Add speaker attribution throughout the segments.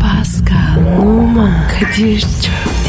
Speaker 1: Pascal, Oman, Kadir çok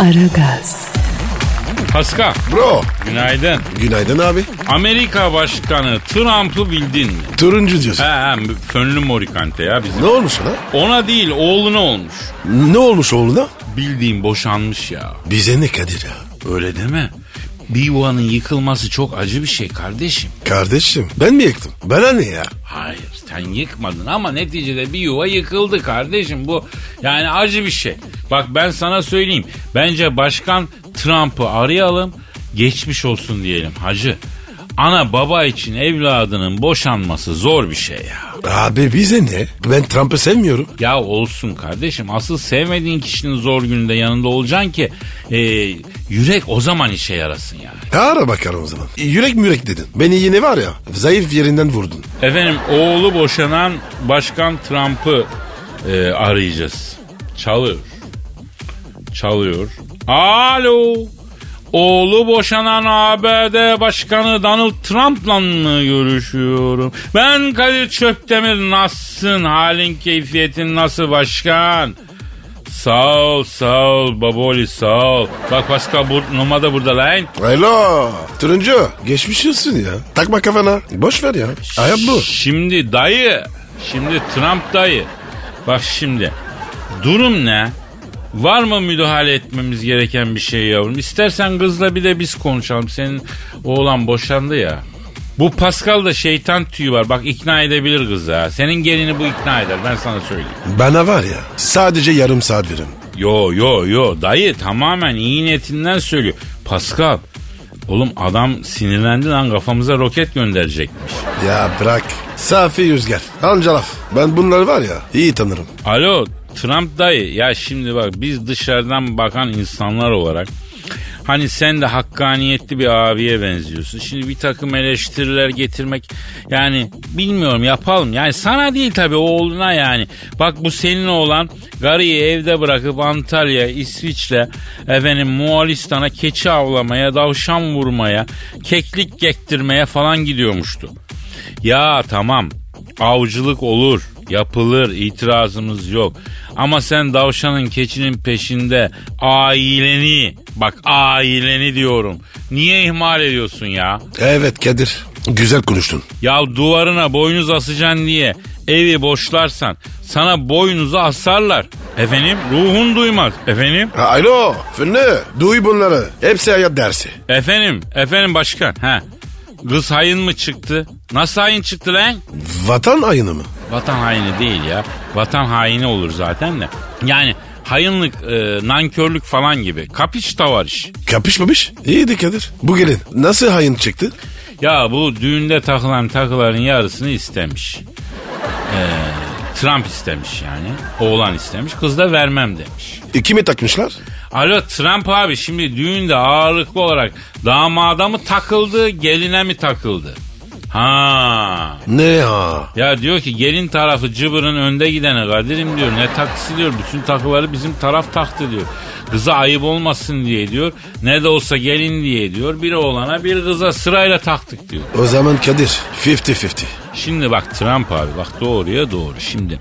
Speaker 1: Aragaz,
Speaker 2: Pascal,
Speaker 3: Bro.
Speaker 2: günaydın.
Speaker 3: Günaydın abi.
Speaker 2: Amerika Başkanı Trump'ı bildin mi?
Speaker 3: Turuncu diyorsun.
Speaker 2: He he, fönlü morikante ya bizim.
Speaker 3: Ne olmuş ona?
Speaker 2: Ona değil, oğluna olmuş.
Speaker 3: Ne olmuş oğluna?
Speaker 2: Bildiğin boşanmış ya.
Speaker 3: Bize ne Kadir ya?
Speaker 2: Öyle deme. Bir yuvanın yıkılması çok acı bir şey kardeşim.
Speaker 3: Kardeşim ben mi yıktım? Bana ne ya?
Speaker 2: Hayır sen yıkmadın ama neticede bir yuva yıkıldı kardeşim. Bu yani acı bir şey. Bak ben sana söyleyeyim. Bence başkan Trump'ı arayalım. Geçmiş olsun diyelim hacı. Ana baba için evladının boşanması zor bir şey ya.
Speaker 3: Abi bize ne? Ben Trump'ı sevmiyorum.
Speaker 2: Ya olsun kardeşim asıl sevmediğin kişinin zor gününde yanında olacaksın ki e, yürek o zaman işe yarasın yani.
Speaker 3: Ara bakalım o zaman. Yürek mürek dedin. Beni yine var ya zayıf yerinden vurdun.
Speaker 2: Efendim oğlu boşanan Başkan Trump'ı e, arayacağız. Çalıyor. Çalıyor. Alo. Oğlu boşanan ABD Başkanı Donald Trump'la mı görüşüyorum? Ben Kadir Çöptemir nasılsın? Halin keyfiyetin nasıl başkan? Sağ ol, sağ ol baboli sağ ol. Bak Pascal bu, Numa da burada lan.
Speaker 3: Alo. Turuncu geçmiş olsun ya. Takma kafana. Boş ver ya. Hayat bu.
Speaker 2: Şimdi dayı, şimdi Trump dayı. Bak şimdi durum ne? Var mı müdahale etmemiz gereken bir şey yavrum? İstersen kızla bir de biz konuşalım. Senin oğlan boşandı ya. Bu Pascal'da şeytan tüyü var. Bak ikna edebilir kızı ha. Senin gelini bu ikna eder. Ben sana söyleyeyim.
Speaker 3: Bana var ya sadece yarım saat verin.
Speaker 2: Yo yo yo dayı tamamen iyi niyetinden söylüyor. Pascal. Oğlum adam sinirlendi lan kafamıza roket gönderecekmiş.
Speaker 3: Ya bırak. Safi Yüzger. Anca laf. Ben bunları var ya iyi tanırım.
Speaker 2: Alo Trump dayı ya şimdi bak biz dışarıdan bakan insanlar olarak hani sen de hakkaniyetli bir abiye benziyorsun. Şimdi bir takım eleştiriler getirmek yani bilmiyorum yapalım. Yani sana değil tabii oğluna yani. Bak bu senin oğlan garıyı evde bırakıp Antalya, İsviçre, efendim Moğolistan'a keçi avlamaya, davşan vurmaya, keklik gektirmeye falan gidiyormuştu. Ya tamam avcılık olur yapılır itirazımız yok. Ama sen davşanın keçinin peşinde aileni bak aileni diyorum. Niye ihmal ediyorsun ya?
Speaker 3: Evet Kadir. Güzel konuştun.
Speaker 2: Ya duvarına boynuz asacaksın diye evi boşlarsan sana boynuzu asarlar. Efendim ruhun duymaz. Efendim
Speaker 3: Ha, Alo Fünlü. Duy bunları. Hepsi hayat dersi.
Speaker 2: efendim efendim başkan. Ha. Kız hayın mı çıktı? Nasıl hayın çıktı lan?
Speaker 3: Vatan ayını mı?
Speaker 2: Vatan haini değil ya. Vatan haini olur zaten de. Yani hayınlık, e, nankörlük falan gibi. Kapiç da var iş.
Speaker 3: Kapışmamış. İyiydi Kadir. Bu gelin nasıl hayın çıktı?
Speaker 2: Ya bu düğünde takılan takıların yarısını istemiş. Ee, Trump istemiş yani. Oğlan istemiş. Kız da vermem demiş.
Speaker 3: İki mi takmışlar?
Speaker 2: Alo Trump abi şimdi düğünde ağırlıklı olarak damada mı takıldı, geline mi takıldı? Ha.
Speaker 3: Ne ha?
Speaker 2: Ya diyor ki gelin tarafı cıbırın önde gidene Kadir'im diyor. Ne takısı diyor. Bütün takıları bizim taraf taktı diyor. Kıza ayıp olmasın diye diyor. Ne de olsa gelin diye diyor. Bir oğlana bir kıza sırayla taktık diyor.
Speaker 3: O zaman Kadir 50-50.
Speaker 2: Şimdi bak Trump abi bak doğruya doğru. Şimdi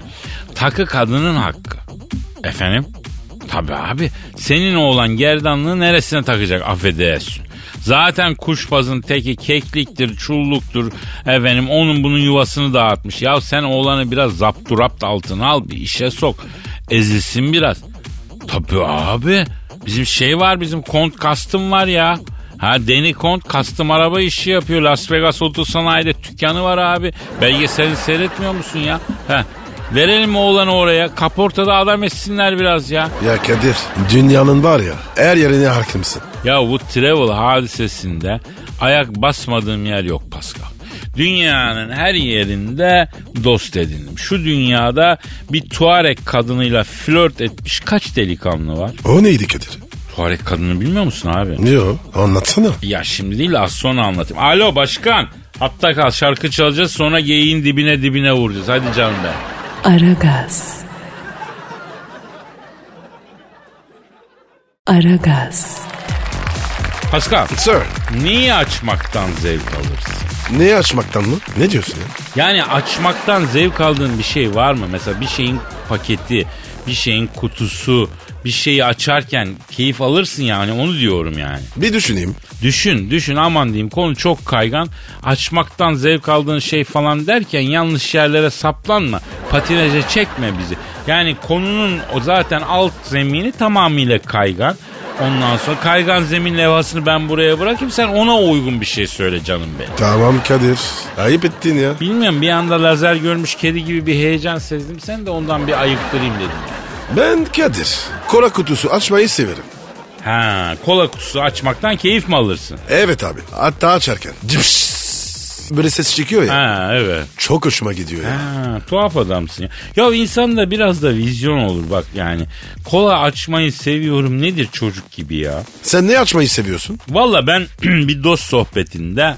Speaker 2: takı kadının hakkı. Efendim? Tabii abi. Senin oğlan gerdanlığı neresine takacak affedersin. Zaten kuşbazın teki kekliktir, çulluktur. Efendim onun bunun yuvasını dağıtmış. Ya sen oğlanı biraz zapturapt altına al bir işe sok. Ezilsin biraz. Tabii abi. Bizim şey var bizim kont kastım var ya. Ha Deni Kont kastım araba işi yapıyor. Las Vegas otosanayide dükkanı var abi. Belgeselini seyretmiyor musun ya? Ha. Verelim oğlanı oraya. Kaportada adam etsinler biraz ya.
Speaker 3: Ya Kadir dünyanın var ya her yerine hakimsin.
Speaker 2: Ya bu travel hadisesinde ayak basmadığım yer yok Pascal. dünyanın her yerinde dost edindim. Şu dünyada bir Tuareg kadınıyla flört etmiş kaç delikanlı var?
Speaker 3: O neydi Kadir?
Speaker 2: Tuareg kadını bilmiyor musun abi?
Speaker 3: Ne o? Anlatsana.
Speaker 2: Ya şimdi değil de az sonra anlatayım. Alo başkan. Hatta kal şarkı çalacağız sonra geyiğin dibine dibine vuracağız. Hadi canım ben.
Speaker 1: Aragaz. Aragaz.
Speaker 2: Pascal
Speaker 3: Sir.
Speaker 2: neyi açmaktan zevk alırsın?
Speaker 3: Neyi açmaktan mı? Ne diyorsun ya?
Speaker 2: Yani açmaktan zevk aldığın bir şey var mı? Mesela bir şeyin paketi, bir şeyin kutusu, bir şeyi açarken keyif alırsın yani onu diyorum yani.
Speaker 3: Bir düşüneyim.
Speaker 2: Düşün düşün aman diyeyim konu çok kaygan. Açmaktan zevk aldığın şey falan derken yanlış yerlere saplanma. Patinaja çekme bizi. Yani konunun o zaten alt zemini tamamıyla kaygan. Ondan sonra kaygan zemin levhasını ben buraya bırakayım sen ona uygun bir şey söyle canım benim.
Speaker 3: Tamam Kadir. Ayıp ettin ya.
Speaker 2: Bilmiyorum bir anda lazer görmüş kedi gibi bir heyecan sezdim. Sen de ondan bir ayıktırayım dedim.
Speaker 3: Ben Kadir. Kola kutusu açmayı severim.
Speaker 2: Ha kola kutusu açmaktan keyif mi alırsın?
Speaker 3: Evet abi. Hatta açarken. Cıpşşş. Böyle ses çıkıyor ya.
Speaker 2: Ha evet.
Speaker 3: Çok hoşuma gidiyor ya.
Speaker 2: Ha, tuhaf adamsın ya. Ya insan da biraz da vizyon olur bak yani. Kola açmayı seviyorum nedir çocuk gibi ya.
Speaker 3: Sen ne açmayı seviyorsun?
Speaker 2: Valla ben bir dost sohbetinde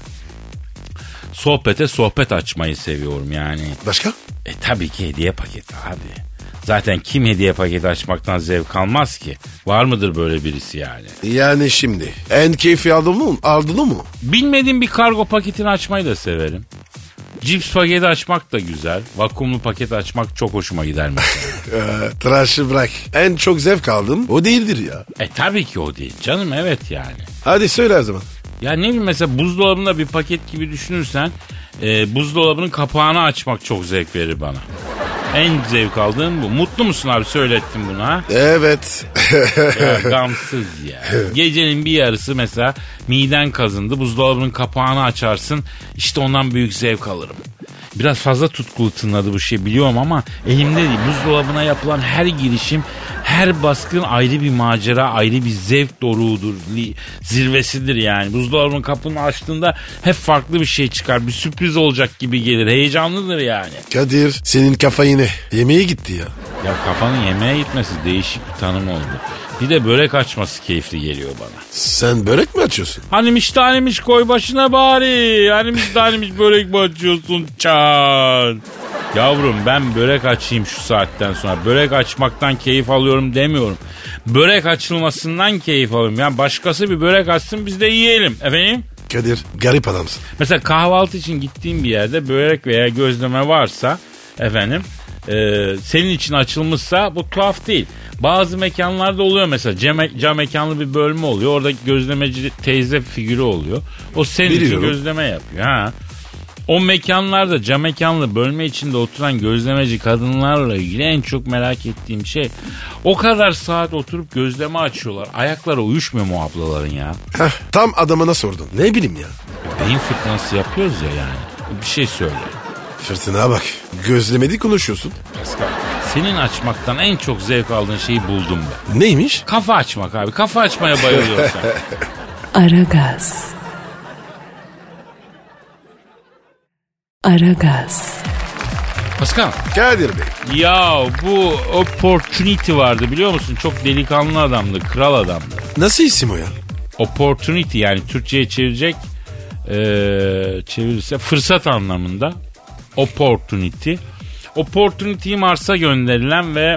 Speaker 2: sohbete sohbet açmayı seviyorum yani.
Speaker 3: Başka?
Speaker 2: E tabii ki hediye paketi abi. Zaten kim hediye paketi açmaktan zevk almaz ki? Var mıdır böyle birisi yani?
Speaker 3: Yani şimdi. En keyfi aldın mı? Aldın mı?
Speaker 2: Bilmediğim bir kargo paketini açmayı da severim. Cips paketi açmak da güzel. Vakumlu paket açmak çok hoşuma gider mesela.
Speaker 3: Ee, tıraşı bırak. En çok zevk aldım. O değildir ya.
Speaker 2: e tabii ki o değil canım evet yani.
Speaker 3: Hadi söyle o zaman.
Speaker 2: Ya ne bileyim mesela buzdolabında bir paket gibi düşünürsen e, buzdolabının kapağını açmak çok zevk verir bana. En zevk aldığım bu. Mutlu musun abi söylettim bunu ha?
Speaker 3: Evet.
Speaker 2: Ya gamsız ya. Gecenin bir yarısı mesela miden kazındı. Buzdolabının kapağını açarsın. İşte ondan büyük zevk alırım. Biraz fazla tutkulu tınladı bu şey biliyorum ama elimde değil. Buzdolabına yapılan her girişim, her baskın ayrı bir macera, ayrı bir zevk doruğudur, li- zirvesidir yani. Buzdolabının kapını açtığında hep farklı bir şey çıkar. Bir sürpriz olacak gibi gelir. Heyecanlıdır yani.
Speaker 3: Kadir senin kafa yine yemeğe gitti ya.
Speaker 2: Ya kafanın yemeğe gitmesi değişik bir tanım oldu. Bir de börek açması keyifli geliyor bana.
Speaker 3: Sen börek mi açıyorsun?
Speaker 2: Hanimiş tanemiş koy başına bari. Hanimiş tanemiş börek mi açıyorsun çan? Yavrum ben börek açayım şu saatten sonra. Börek açmaktan keyif alıyorum demiyorum. Börek açılmasından keyif alıyorum. Yani başkası bir börek açsın biz de yiyelim. Efendim?
Speaker 3: Kadir garip adamsın.
Speaker 2: Mesela kahvaltı için gittiğim bir yerde börek veya gözleme varsa efendim e, senin için açılmışsa bu tuhaf değil. Bazı mekanlarda oluyor mesela cam, cam mekanlı bir bölme oluyor. Oradaki gözlemeci teyze figürü oluyor. O senin için
Speaker 3: Biliyorum.
Speaker 2: gözleme yapıyor. Ha. O mekanlarda cam mekanlı bölme içinde oturan gözlemeci kadınlarla ilgili en çok merak ettiğim şey o kadar saat oturup gözleme açıyorlar. Ayakları uyuşmuyor mu ablaların ya?
Speaker 3: Heh, tam adamına sordun. Ne bileyim ya.
Speaker 2: Beyin fırtınası yapıyoruz ya yani. Bir şey söyle.
Speaker 3: Fırtına bak. Gözlemedi konuşuyorsun.
Speaker 2: Pascal. Senin açmaktan en çok zevk aldığın şeyi buldum ben.
Speaker 3: Neymiş?
Speaker 2: Kafa açmak abi. Kafa açmaya bayılıyorsun.
Speaker 1: Aragaz. Aragaz.
Speaker 2: Pascal.
Speaker 3: Kadir Bey.
Speaker 2: Ya bu opportunity vardı biliyor musun? Çok delikanlı adamdı. Kral adamdı.
Speaker 3: Nasıl isim o ya?
Speaker 2: Opportunity yani Türkçe'ye çevirecek eee çevirirse fırsat anlamında opportunity. Opportunity'yi Mars'a gönderilen ve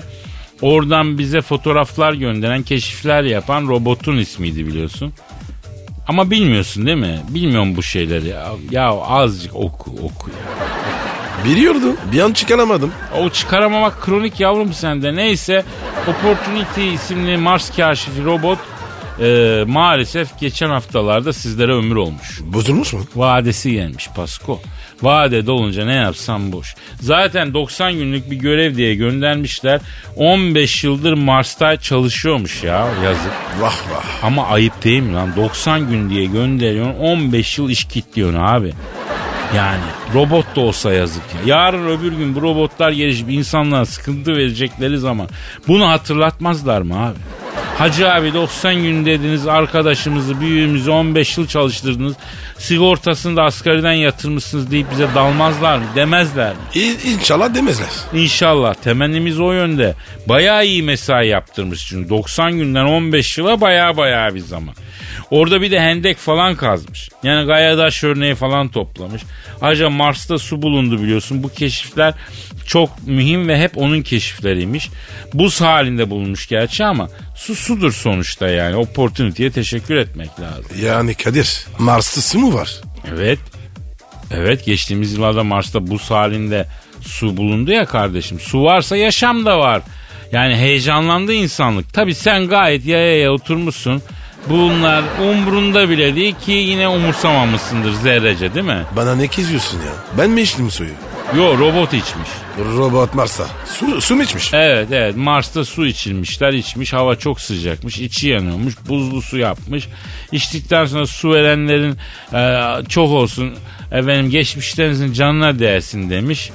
Speaker 2: oradan bize fotoğraflar gönderen, keşifler yapan robotun ismiydi biliyorsun. Ama bilmiyorsun değil mi? Bilmiyorum bu şeyleri. Ya, ya azıcık oku oku ya.
Speaker 3: Biliyordum. Bir an çıkaramadım.
Speaker 2: O çıkaramamak kronik yavrum sende. Neyse Opportunity isimli Mars kaşifi robot eee, maalesef geçen haftalarda sizlere ömür olmuş.
Speaker 3: Bozulmuş mu?
Speaker 2: Vadesi gelmiş Pasko. Vade dolunca ne yapsam boş. Zaten 90 günlük bir görev diye göndermişler. 15 yıldır Mars'ta çalışıyormuş ya yazık.
Speaker 3: Vah vah.
Speaker 2: Ama ayıp değil mi lan? 90 gün diye gönderiyorsun 15 yıl iş kilitliyorsun abi. Yani robot da olsa yazık ya. Yarın öbür gün bu robotlar gelişip insanlara sıkıntı verecekleri zaman bunu hatırlatmazlar mı abi? Hacı abi 90 gün dediniz arkadaşımızı büyüğümüzü 15 yıl çalıştırdınız. Sigortasını da asgariden yatırmışsınız deyip bize dalmazlar mı demezler mi?
Speaker 3: İ- İnşallah demezler.
Speaker 2: İnşallah temennimiz o yönde. Bayağı iyi mesai yaptırmış çünkü 90 günden 15 yıla bayağı bayağı bir zaman. Orada bir de hendek falan kazmış. Yani gayadaş örneği falan toplamış. Ayrıca Mars'ta su bulundu biliyorsun. Bu keşifler çok mühim ve hep onun keşifleriymiş. Buz halinde bulunmuş gerçi ama su sudur sonuçta yani. Opportunity'ye teşekkür etmek lazım.
Speaker 3: Yani Kadir Mars'ta su mu var?
Speaker 2: Evet. Evet geçtiğimiz yıllarda Mars'ta buz halinde su bulundu ya kardeşim. Su varsa yaşam da var. Yani heyecanlandı insanlık. Tabi sen gayet yaya yaya oturmuşsun. Bunlar umrunda bile değil ki yine umursamamışsındır zerrece değil mi?
Speaker 3: Bana ne kızıyorsun ya? Ben mi içtim suyu?
Speaker 2: Yo robot içmiş.
Speaker 3: Robot Mars'ta. Su, su mu içmiş?
Speaker 2: Evet evet Mars'ta su içilmişler içmiş hava çok sıcakmış içi yanıyormuş buzlu su yapmış içtikten sonra su verenlerin e, çok olsun efendim geçmişlerinizin canına değsin demiş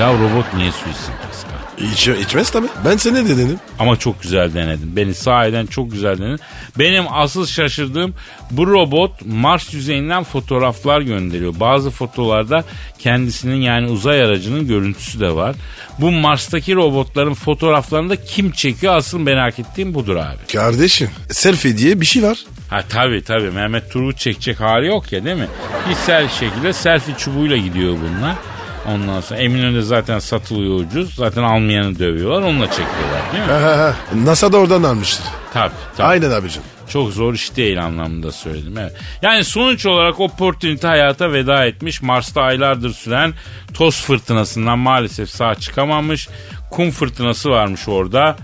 Speaker 2: ya robot niye su içsin Pascal?
Speaker 3: İç, içmez tabii. Ben sana ne dedim?
Speaker 2: Ama çok güzel denedin. Beni sahiden çok güzel denedin. Benim asıl şaşırdığım bu robot Mars yüzeyinden fotoğraflar gönderiyor. Bazı fotolarda kendisinin yani uzay aracının görüntüsü de var. Bu Mars'taki robotların fotoğraflarını da kim çekiyor asıl merak ettiğim budur abi.
Speaker 3: Kardeşim selfie diye bir şey var.
Speaker 2: Ha tabii tabii Mehmet Turgut çekecek hali yok ya değil mi? Kişisel şekilde selfie çubuğuyla gidiyor bunlar. Ondan sonra Eminönü'nde zaten satılıyor ucuz. Zaten almayanı dövüyorlar onunla çekiyorlar değil mi?
Speaker 3: Ha, ha, ha. NASA da oradan almıştır.
Speaker 2: Tabii tabii.
Speaker 3: Aynen abicim.
Speaker 2: Çok zor iş değil anlamında söyledim. Evet. Yani sonuç olarak opportunity hayata veda etmiş. Mars'ta aylardır süren toz fırtınasından maalesef sağ çıkamamış. Kum fırtınası varmış orada.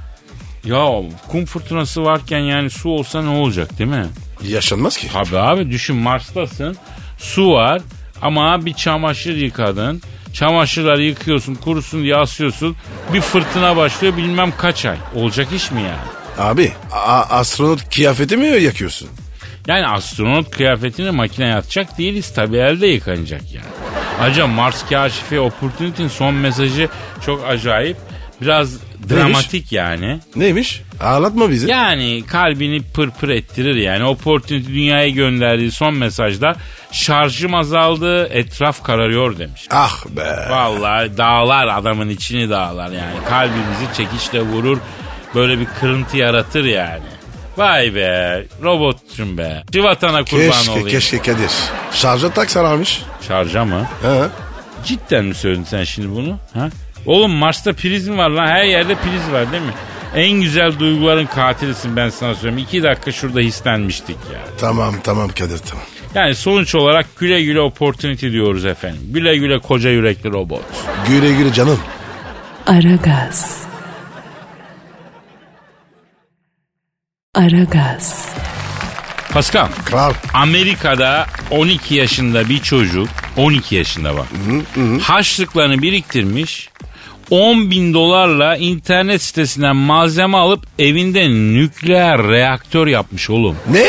Speaker 2: Ya kum fırtınası varken yani su olsa ne olacak değil mi?
Speaker 3: Yaşanmaz ki.
Speaker 2: Tabii abi düşün Mars'tasın. Su var ama bir çamaşır yıkadın. Çamaşırları yıkıyorsun kurusun diye asıyorsun. Bir fırtına başlıyor bilmem kaç ay. Olacak iş mi yani?
Speaker 3: Abi a- astronot kıyafeti mi yakıyorsun?
Speaker 2: Yani astronot kıyafetini makineye atacak değiliz tabi elde yıkanacak yani. Ayrıca Mars kaşifi Opportunity'nin son mesajı çok acayip. Biraz dramatik yani.
Speaker 3: Neymiş? Ağlatma bizi.
Speaker 2: Yani kalbini pırpır ettirir yani. Opportunity dünyaya gönderdiği son mesajda şarjım azaldı etraf kararıyor demiş.
Speaker 3: Ah be.
Speaker 2: Vallahi dağlar adamın içini dağlar yani. Kalbimizi çekişle vurur. Böyle bir kırıntı yaratır yani. Vay be robotçum be. Civatana kurban
Speaker 3: Keşke
Speaker 2: olayım.
Speaker 3: keşke Kadir. Şarja tak sararmış.
Speaker 2: Şarja mı?
Speaker 3: Ha.
Speaker 2: Cidden mi söyledin sen şimdi bunu? Ha? Oğlum Mars'ta priz mi var lan? Her yerde priz var değil mi? En güzel duyguların katilisin ben sana söyleyeyim. İki dakika şurada hislenmiştik ya.
Speaker 3: Tamam tamam Kadir tamam.
Speaker 2: Yani sonuç olarak güle güle opportunity diyoruz efendim. Güle güle koca yürekli robot.
Speaker 3: Güle güle canım.
Speaker 1: Aragaz. Aragaz.
Speaker 2: Pascal,
Speaker 3: Kral.
Speaker 2: Amerika'da 12 yaşında bir çocuk, 12 yaşında bak, harçlıklarını biriktirmiş, 10 bin dolarla internet sitesinden malzeme alıp evinde nükleer reaktör yapmış oğlum.
Speaker 3: Ne?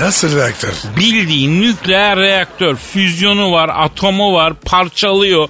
Speaker 3: Nasıl reaktör?
Speaker 2: Bildiğin nükleer reaktör, füzyonu var, atomu var, parçalıyor,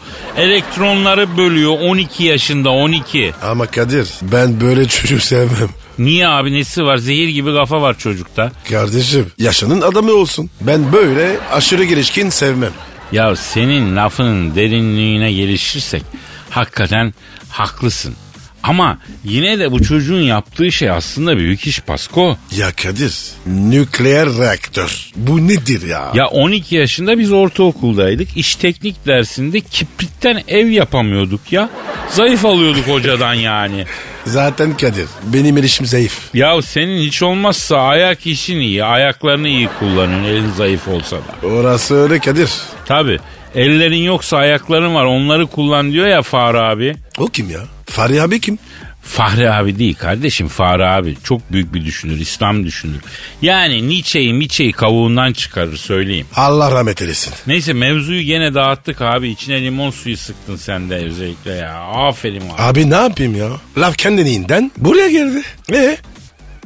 Speaker 2: elektronları bölüyor 12 yaşında 12.
Speaker 3: Ama Kadir ben böyle çocuğu sevmem.
Speaker 2: Niye abi nesi var? Zehir gibi kafa var çocukta.
Speaker 3: Kardeşim yaşının adamı olsun. Ben böyle aşırı gelişkin sevmem.
Speaker 2: Ya senin lafının derinliğine gelişirsek hakikaten haklısın. Ama yine de bu çocuğun yaptığı şey aslında büyük iş Pasko.
Speaker 3: Ya Kadir nükleer reaktör bu nedir ya?
Speaker 2: Ya 12 yaşında biz ortaokuldaydık. İş teknik dersinde kipritten ev yapamıyorduk ya. Zayıf alıyorduk hocadan yani.
Speaker 3: Zaten Kadir benim erişim zayıf.
Speaker 2: Ya senin hiç olmazsa ayak işin iyi. Ayaklarını iyi kullanın elin zayıf olsa da.
Speaker 3: Orası öyle Kadir.
Speaker 2: Tabi ellerin yoksa ayakların var onları kullan diyor ya Fahri abi.
Speaker 3: O kim ya? Fahri abi kim?
Speaker 2: Fahri abi değil kardeşim Fahri abi çok büyük bir düşünür İslam düşünür. Yani Nietzsche'yi Nietzsche'yi kavuğundan çıkarır söyleyeyim.
Speaker 3: Allah rahmet eylesin.
Speaker 2: Neyse mevzuyu gene dağıttık abi içine limon suyu sıktın sen de özellikle ya aferin abi.
Speaker 3: Abi ne yapayım ya? Laf kendiliğinden buraya geldi. E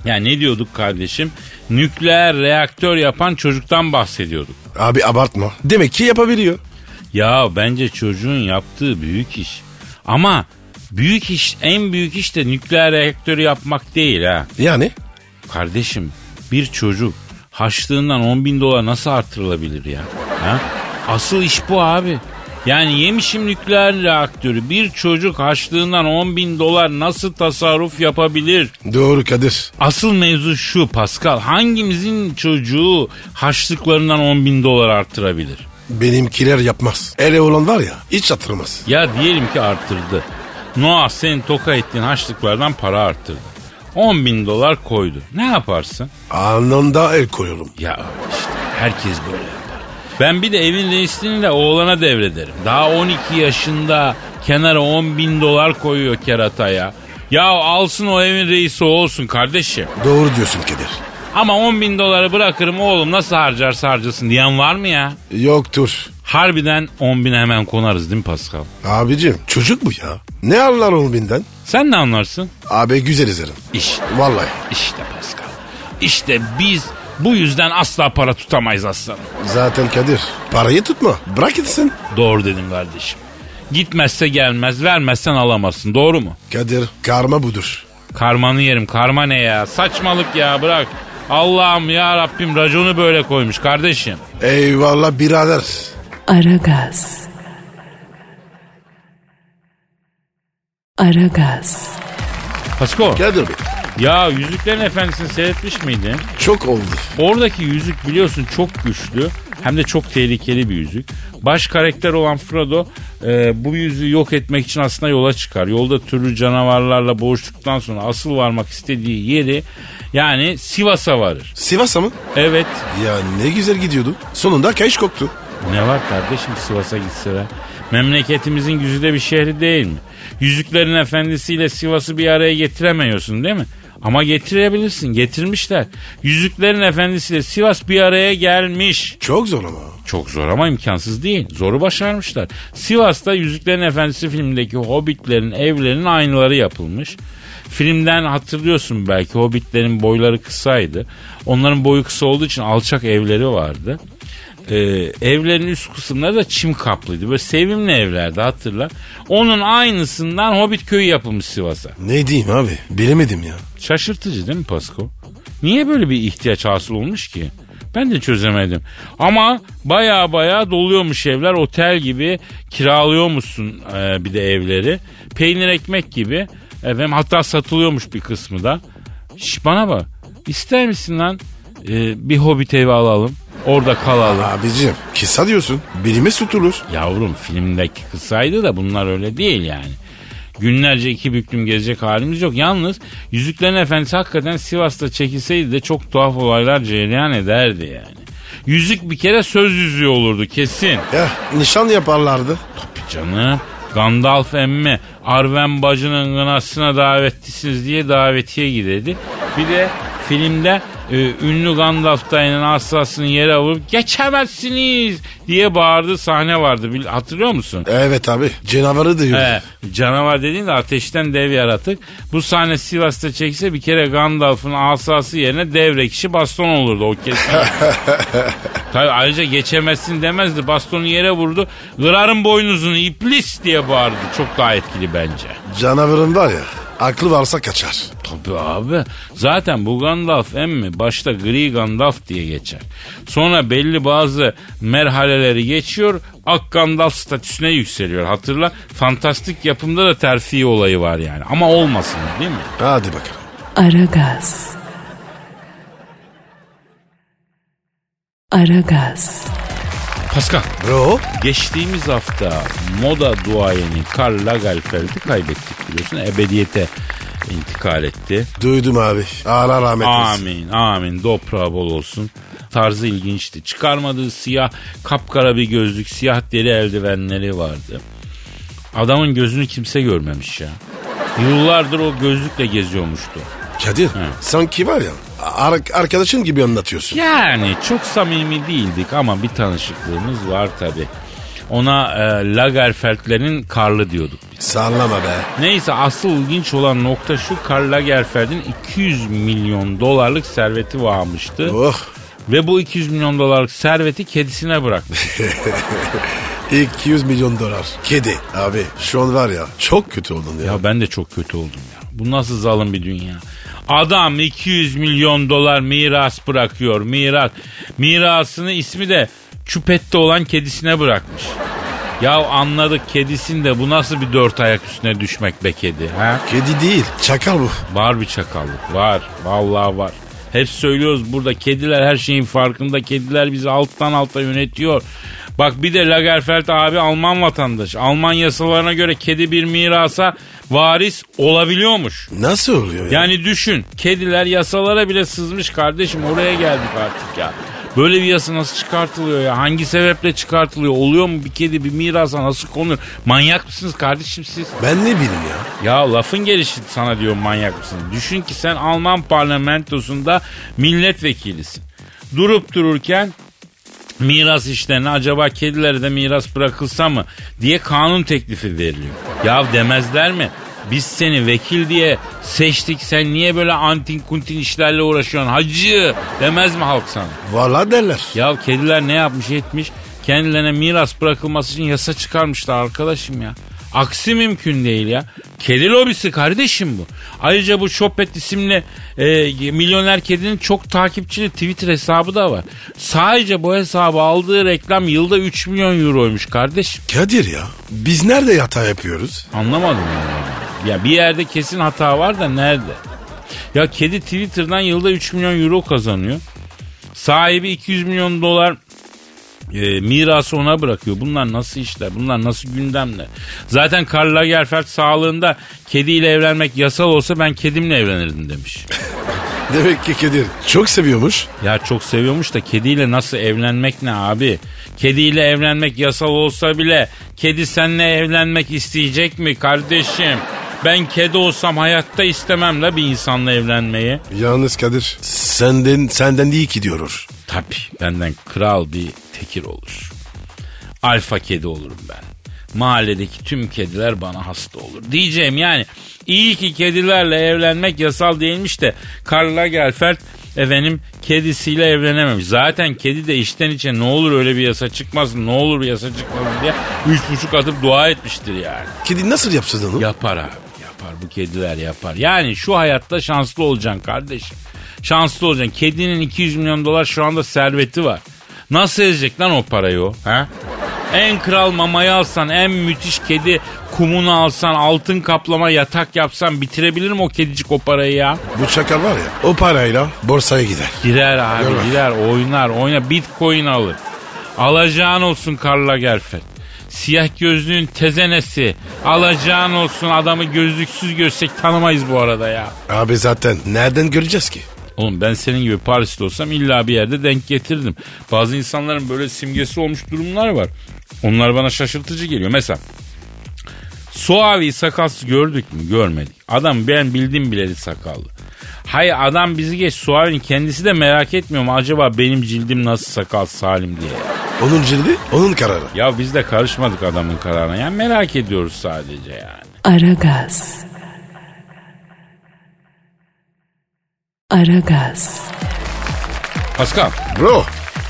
Speaker 2: Ya ne diyorduk kardeşim nükleer reaktör yapan çocuktan bahsediyorduk.
Speaker 3: Abi abartma. Demek ki yapabiliyor.
Speaker 2: Ya bence çocuğun yaptığı büyük iş. Ama büyük iş en büyük iş de nükleer reaktörü yapmak değil ha.
Speaker 3: Yani
Speaker 2: Kardeşim bir çocuk haçlığından 10 bin dolar nasıl artırılabilir ya? Ha? Asıl iş bu abi. Yani yemişim nükleer reaktörü bir çocuk haçlığından 10 bin dolar nasıl tasarruf yapabilir?
Speaker 3: Doğru Kadir.
Speaker 2: Asıl mevzu şu Pascal hangimizin çocuğu haçlıklarından 10 bin dolar artırabilir?
Speaker 3: Benimkiler yapmaz. Ele olan var ya hiç yatırmaz.
Speaker 2: Ya diyelim ki arttırdı. Noah senin toka ettiğin haçlıklardan para arttırdı. 10 bin dolar koydu. Ne yaparsın?
Speaker 3: Anında el koyuyorum.
Speaker 2: Ya işte herkes böyle yapar. Ben bir de evin reisini de oğlana devrederim. Daha 12 yaşında kenara 10 bin dolar koyuyor kerataya. Ya alsın o evin reisi o olsun kardeşim.
Speaker 3: Doğru diyorsun Kadir.
Speaker 2: Ama 10 bin doları bırakırım oğlum nasıl harcarsa harcasın diyen var mı ya?
Speaker 3: Yoktur.
Speaker 2: Harbiden 10 bin hemen konarız değil mi Pascal?
Speaker 3: Abicim çocuk bu ya. Ne anlar oğlum binden?
Speaker 2: Sen ne anlarsın?
Speaker 3: Abi güzel izlerim.
Speaker 2: İşte,
Speaker 3: Vallahi.
Speaker 2: işte Pascal. İşte biz bu yüzden asla para tutamayız aslanım.
Speaker 3: Zaten Kadir parayı tutma. Bırak gitsin.
Speaker 2: Doğru dedin kardeşim. Gitmezse gelmez, vermezsen alamazsın. Doğru mu?
Speaker 3: Kadir karma budur.
Speaker 2: Karmanı yerim. Karma ne ya? Saçmalık ya bırak. Allah'ım ya Rabbim raconu böyle koymuş kardeşim.
Speaker 3: Eyvallah birader.
Speaker 1: Aragaz. Aragaz.
Speaker 2: Pasko.
Speaker 3: Kadir Bey
Speaker 2: Ya Yüzüklerin Efendisi'ni seyretmiş miydin?
Speaker 3: çok oldu.
Speaker 2: Oradaki yüzük biliyorsun çok güçlü hem de çok tehlikeli bir yüzük. Baş karakter olan Frodo e, bu yüzüğü yok etmek için aslında yola çıkar. Yolda türlü canavarlarla boğuştuktan sonra asıl varmak istediği yeri yani Sivas'a varır.
Speaker 3: Sivas'a mı?
Speaker 2: Evet.
Speaker 3: Ya ne güzel gidiyordu. Sonunda kayış koktu.
Speaker 2: Ne var kardeşim Sivas'a gitse be? Memleketimizin güzide bir şehri değil mi? Yüzüklerin Efendisi'yle Sivas'ı bir araya getiremiyorsun değil mi? Ama getirebilirsin. Getirmişler. Yüzüklerin Efendisi'yle Sivas bir araya gelmiş.
Speaker 3: Çok zor ama.
Speaker 2: Çok zor ama imkansız değil. Zoru başarmışlar. Sivas'ta Yüzüklerin Efendisi filmindeki hobbitlerin evlerinin aynıları yapılmış. Filmden hatırlıyorsun belki hobbitlerin boyları kısaydı. Onların boyu kısa olduğu için alçak evleri vardı. Ee, evlerin üst kısımları da çim kaplıydı. Böyle sevimli evlerdi hatırla. Onun aynısından Hobbit köyü yapılmış Sivas'a.
Speaker 3: Ne diyeyim abi bilemedim ya.
Speaker 2: Şaşırtıcı değil mi Pasko? Niye böyle bir ihtiyaç hasıl olmuş ki? Ben de çözemedim. Ama baya baya doluyormuş evler. Otel gibi kiralıyormuşsun e, bir de evleri. Peynir ekmek gibi. Efendim, hatta satılıyormuş bir kısmı da. Şş, bana bak. İster misin lan e, bir hobbit evi alalım. Orada kalalım.
Speaker 3: Abicim kısa diyorsun. Bilime tutulur.
Speaker 2: Yavrum filmdeki kısaydı da bunlar öyle değil yani. Günlerce iki büklüm gezecek halimiz yok. Yalnız Yüzüklerin Efendisi hakikaten Sivas'ta çekilseydi de çok tuhaf olaylar cereyan ederdi yani. Yüzük bir kere söz yüzüğü olurdu kesin.
Speaker 3: Ya nişan yaparlardı.
Speaker 2: Tabii canım. Gandalf emmi Arven bacının gınasına davetlisiniz diye davetiye giderdi. Bir de filmde e, ünlü Gandalf dayının asasını yere vurup geçemezsiniz diye bağırdığı sahne vardı. Bil- Hatırlıyor musun?
Speaker 3: Evet abi canavarı diyor.
Speaker 2: He, canavar dediğin de ateşten dev yaratık. Bu sahne Sivas'ta çekse bir kere Gandalf'ın asası yerine devre kişi baston olurdu o kesin. Tabii ayrıca geçemezsin demezdi. Bastonu yere vurdu. Kırarım boynuzunu iblis diye bağırdı. Çok daha etkili bence.
Speaker 3: Canavarın var ya aklı varsa kaçar.
Speaker 2: Tabii abi. Zaten bu Gandalf emmi başta gri Gandalf diye geçer. Sonra belli bazı merhaleleri geçiyor. Ak Gandalf statüsüne yükseliyor. Hatırla fantastik yapımda da terfi olayı var yani. Ama olmasın değil mi?
Speaker 3: Hadi bakalım.
Speaker 1: Aragaz. Aragaz.
Speaker 2: Pascal.
Speaker 3: Bro
Speaker 2: Geçtiğimiz hafta moda duayeni Karl Lagerfeld'i kaybettik biliyorsun. Ebediyete intikal etti.
Speaker 3: duydum abi. Allah rahmet eylesin.
Speaker 2: Amin amin toprağı bol olsun. Tarzı ilginçti. Çıkarmadığı siyah kapkara bir gözlük, siyah deri eldivenleri vardı. Adamın gözünü kimse görmemiş ya. Yıllardır o gözlükle geziyormuştu.
Speaker 3: Kadir sanki var ya ar- arkadaşın gibi anlatıyorsun.
Speaker 2: Yani çok samimi değildik ama bir tanışıklığımız var tabi. Ona e, Lagerfeld'lerin karlı diyorduk.
Speaker 3: Sallama be.
Speaker 2: Neyse asıl ilginç olan nokta şu Karl Lagerfeld'in 200 milyon dolarlık serveti varmıştı.
Speaker 3: Oh
Speaker 2: Ve bu 200 milyon dolarlık serveti kedisine bırakmış.
Speaker 3: 200 milyon dolar. Kedi abi şu an var ya çok kötü oldun ya.
Speaker 2: ya ben de çok kötü oldum ya. Bu nasıl zalim bir dünya. Adam 200 milyon dolar miras bırakıyor. Miras. Mirasını ismi de Çupette olan kedisine bırakmış. Ya anladık kedisin de bu nasıl bir dört ayak üstüne düşmek be kedi ha?
Speaker 3: Kedi değil. Çakal bu.
Speaker 2: Var bir çakallık var. Vallahi var. Hep söylüyoruz burada kediler her şeyin farkında. Kediler bizi alttan alta yönetiyor. Bak bir de Lagerfeld abi Alman vatandaşı. Alman yasalarına göre kedi bir mirasa varis olabiliyormuş.
Speaker 3: Nasıl oluyor ya?
Speaker 2: Yani düşün kediler yasalara bile sızmış kardeşim oraya geldik artık ya. Böyle bir yasa nasıl çıkartılıyor ya? Hangi sebeple çıkartılıyor? Oluyor mu bir kedi bir mirasa nasıl konur? Manyak mısınız kardeşim siz?
Speaker 3: Ben ne bileyim ya?
Speaker 2: Ya lafın gelişi sana diyorum manyak mısın? Düşün ki sen Alman parlamentosunda milletvekilisin. Durup dururken miras işlerine acaba kedilere de miras bırakılsa mı diye kanun teklifi veriliyor. Ya demezler mi? Biz seni vekil diye seçtik sen niye böyle antin kuntin işlerle uğraşıyorsun hacı demez mi halk sana?
Speaker 3: Valla derler.
Speaker 2: Ya kediler ne yapmış etmiş kendilerine miras bırakılması için yasa çıkarmışlar arkadaşım ya. Aksi mümkün değil ya. Kedi lobisi kardeşim bu. Ayrıca bu Chopet isimli e, milyoner kedinin çok takipçili Twitter hesabı da var. Sadece bu hesabı aldığı reklam yılda 3 milyon euroymuş kardeşim.
Speaker 3: Kadir ya. Biz nerede hata yapıyoruz?
Speaker 2: Anlamadım yani. Ya bir yerde kesin hata var da nerede? Ya kedi Twitter'dan yılda 3 milyon euro kazanıyor. Sahibi 200 milyon dolar e, mirası ona bırakıyor. Bunlar nasıl işler? Bunlar nasıl gündemler? Zaten Karl Lagerfeld sağlığında kediyle evlenmek yasal olsa ben kedimle evlenirdim demiş.
Speaker 3: Demek ki Kadir çok seviyormuş.
Speaker 2: Ya çok seviyormuş da kediyle nasıl evlenmek ne abi? Kediyle evlenmek yasal olsa bile kedi seninle evlenmek isteyecek mi kardeşim? Ben kedi olsam hayatta istemem la bir insanla evlenmeyi.
Speaker 3: Yalnız Kadir senden senden iyi ki diyorur.
Speaker 2: Tabii benden kral bir tekir olur. Alfa kedi olurum ben. Mahalledeki tüm kediler bana hasta olur. Diyeceğim yani iyi ki kedilerle evlenmek yasal değilmiş de Karl Lagerfeld efendim kedisiyle evlenememiş. Zaten kedi de içten içe ne olur öyle bir yasa çıkmasın ne olur bir yasa çıkmasın diye üç buçuk atıp dua etmiştir yani.
Speaker 3: Kedi nasıl yapsın onu?
Speaker 2: Yapar abi yapar bu kediler yapar. Yani şu hayatta şanslı olacaksın kardeşim. Şanslı olacaksın. Kedinin 200 milyon dolar şu anda serveti var. Nasıl ezecek lan o parayı o? Ha? En kral mamayı alsan, en müthiş kedi kumunu alsan, altın kaplama yatak yapsan bitirebilir mi o kedicik o parayı ya?
Speaker 3: Bu çakal var ya o parayla borsaya gider.
Speaker 2: Girer abi
Speaker 3: Görmez.
Speaker 2: girer oynar oynar bitcoin alır. Alacağın olsun Karl Lagerfeld. Siyah gözlüğün tezenesi. Alacağın olsun adamı gözlüksüz görsek tanımayız bu arada ya.
Speaker 3: Abi zaten nereden göreceğiz ki?
Speaker 2: Oğlum ben senin gibi Paris'te olsam illa bir yerde denk getirdim. Bazı insanların böyle simgesi olmuş durumlar var. Onlar bana şaşırtıcı geliyor. Mesela Suavi sakalsız gördük mü? Görmedik. Adam ben bildim bileli sakallı. Hay adam bizi geç Suavi'nin kendisi de merak etmiyor mu acaba benim cildim nasıl sakal salim diye.
Speaker 3: Onun cildi onun kararı.
Speaker 2: Ya biz de karışmadık adamın kararına. Yani merak ediyoruz sadece yani.
Speaker 1: Aragaz. Aragaz.
Speaker 2: Pascal
Speaker 3: Bro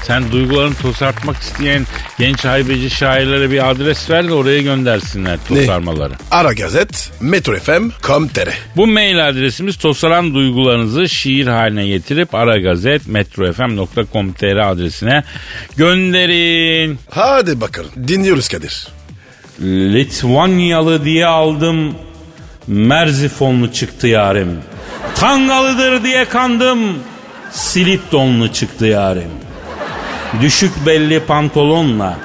Speaker 2: sen duygularını tosartmak isteyen genç haybeci şairlere bir adres ver de oraya göndersinler tosarmaları.
Speaker 3: Ara Gazet Metro FM Comtere.
Speaker 2: Bu mail adresimiz tosaran duygularınızı şiir haline getirip aragazet.metrofm.com.tr adresine gönderin.
Speaker 3: Hadi bakalım dinliyoruz Kadir.
Speaker 2: Litvanyalı diye aldım. Merzifonlu çıktı yarim. Tangalıdır diye kandım. Silip donlu çıktı yarim. Düşük belli pantolonla.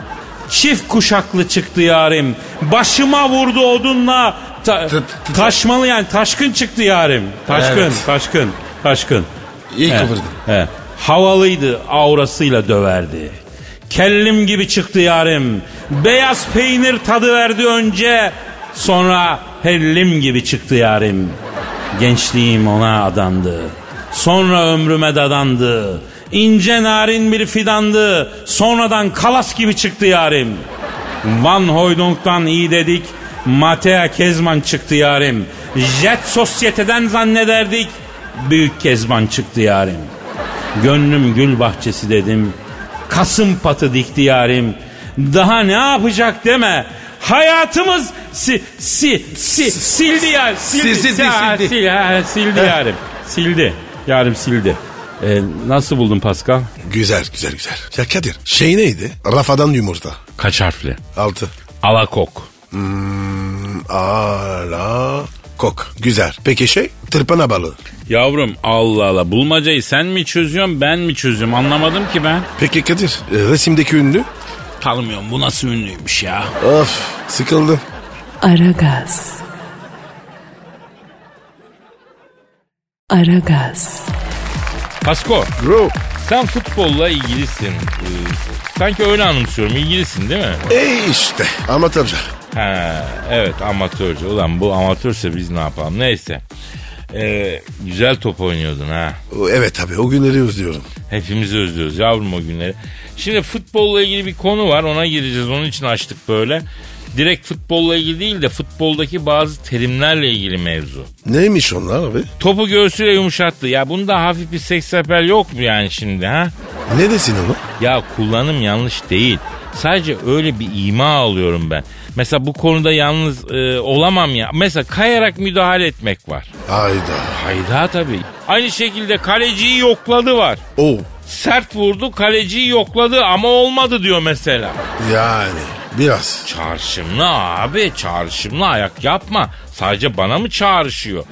Speaker 2: Çift kuşaklı çıktı yarim. Başıma vurdu odunla. Ta- taşmalı yani taşkın çıktı yarim. Taşkın,
Speaker 3: Evet.
Speaker 2: taşkın, taşkın.
Speaker 3: İyi
Speaker 2: He,
Speaker 3: kıvırdın.
Speaker 2: he. Havalıydı aurasıyla döverdi. Kellim gibi çıktı yarim. Beyaz peynir tadı verdi önce. Sonra hellim gibi çıktı yarim. Gençliğim ona adandı. Sonra ömrüme dadandı. İnce narin bir fidandı. Sonradan kalas gibi çıktı yarim. Van Hoydong'dan iyi dedik. Matea Kezman çıktı yarim. Jet sosyeteden zannederdik. Büyük Kezban çıktı yarim. Gönlüm gül bahçesi dedim. Kasım patı dikti yarim. Daha ne yapacak deme. Hayatımız si, si, si, sildi ya. Sildi,
Speaker 4: Sil- sildi,
Speaker 2: Ha,
Speaker 4: sildi.
Speaker 2: sil- ha, sildi yarim. Sildi. Yarim sildi. Ee, nasıl buldun Pascal?
Speaker 3: Güzel güzel güzel. Ya Kadir şey neydi? Rafadan yumurta.
Speaker 2: Kaç harfli?
Speaker 3: Altı. Hmm,
Speaker 2: Alakok.
Speaker 3: Ala kok. Güzel. Peki şey? Tırpana balığı.
Speaker 2: Yavrum Allah Allah bulmacayı sen mi çözüyorsun ben mi çözüyorum anlamadım ki ben.
Speaker 3: Peki Kadir e, resimdeki ünlü?
Speaker 2: Tanımıyorum bu nasıl ünlüymüş ya.
Speaker 3: Of sıkıldı.
Speaker 1: Aragaz. Aragaz.
Speaker 2: Pasko
Speaker 3: Bro.
Speaker 2: sen futbolla ilgilisin. Ee, sanki öyle anımsıyorum ilgilisin değil mi?
Speaker 3: E işte amatörce.
Speaker 2: Ha, evet amatörce. Ulan bu amatörse biz ne yapalım neyse. Ee, güzel top oynuyordun ha.
Speaker 3: O, Evet abi o günleri özlüyorum.
Speaker 2: Hepimiz özlüyoruz yavrum o günleri. Şimdi futbolla ilgili bir konu var ona gireceğiz onun için açtık böyle. Direkt futbolla ilgili değil de futboldaki bazı terimlerle ilgili mevzu.
Speaker 3: Neymiş onlar abi?
Speaker 2: Topu göğsüyle yumuşattı. Ya bunda hafif bir seks appeal yok mu yani şimdi ha?
Speaker 3: Ne desin onu?
Speaker 2: Ya kullanım yanlış değil. Sadece öyle bir ima alıyorum ben. Mesela bu konuda yalnız e, olamam ya. Mesela kayarak müdahale etmek var.
Speaker 3: Hayda.
Speaker 2: Hayda tabii. Aynı şekilde kaleciyi yokladı var.
Speaker 3: O
Speaker 2: Sert vurdu kaleciyi yokladı ama olmadı diyor mesela.
Speaker 3: yani biraz.
Speaker 2: Çağrışımlı abi çağrışımlı ayak yapma. Sadece bana mı çağrışıyor?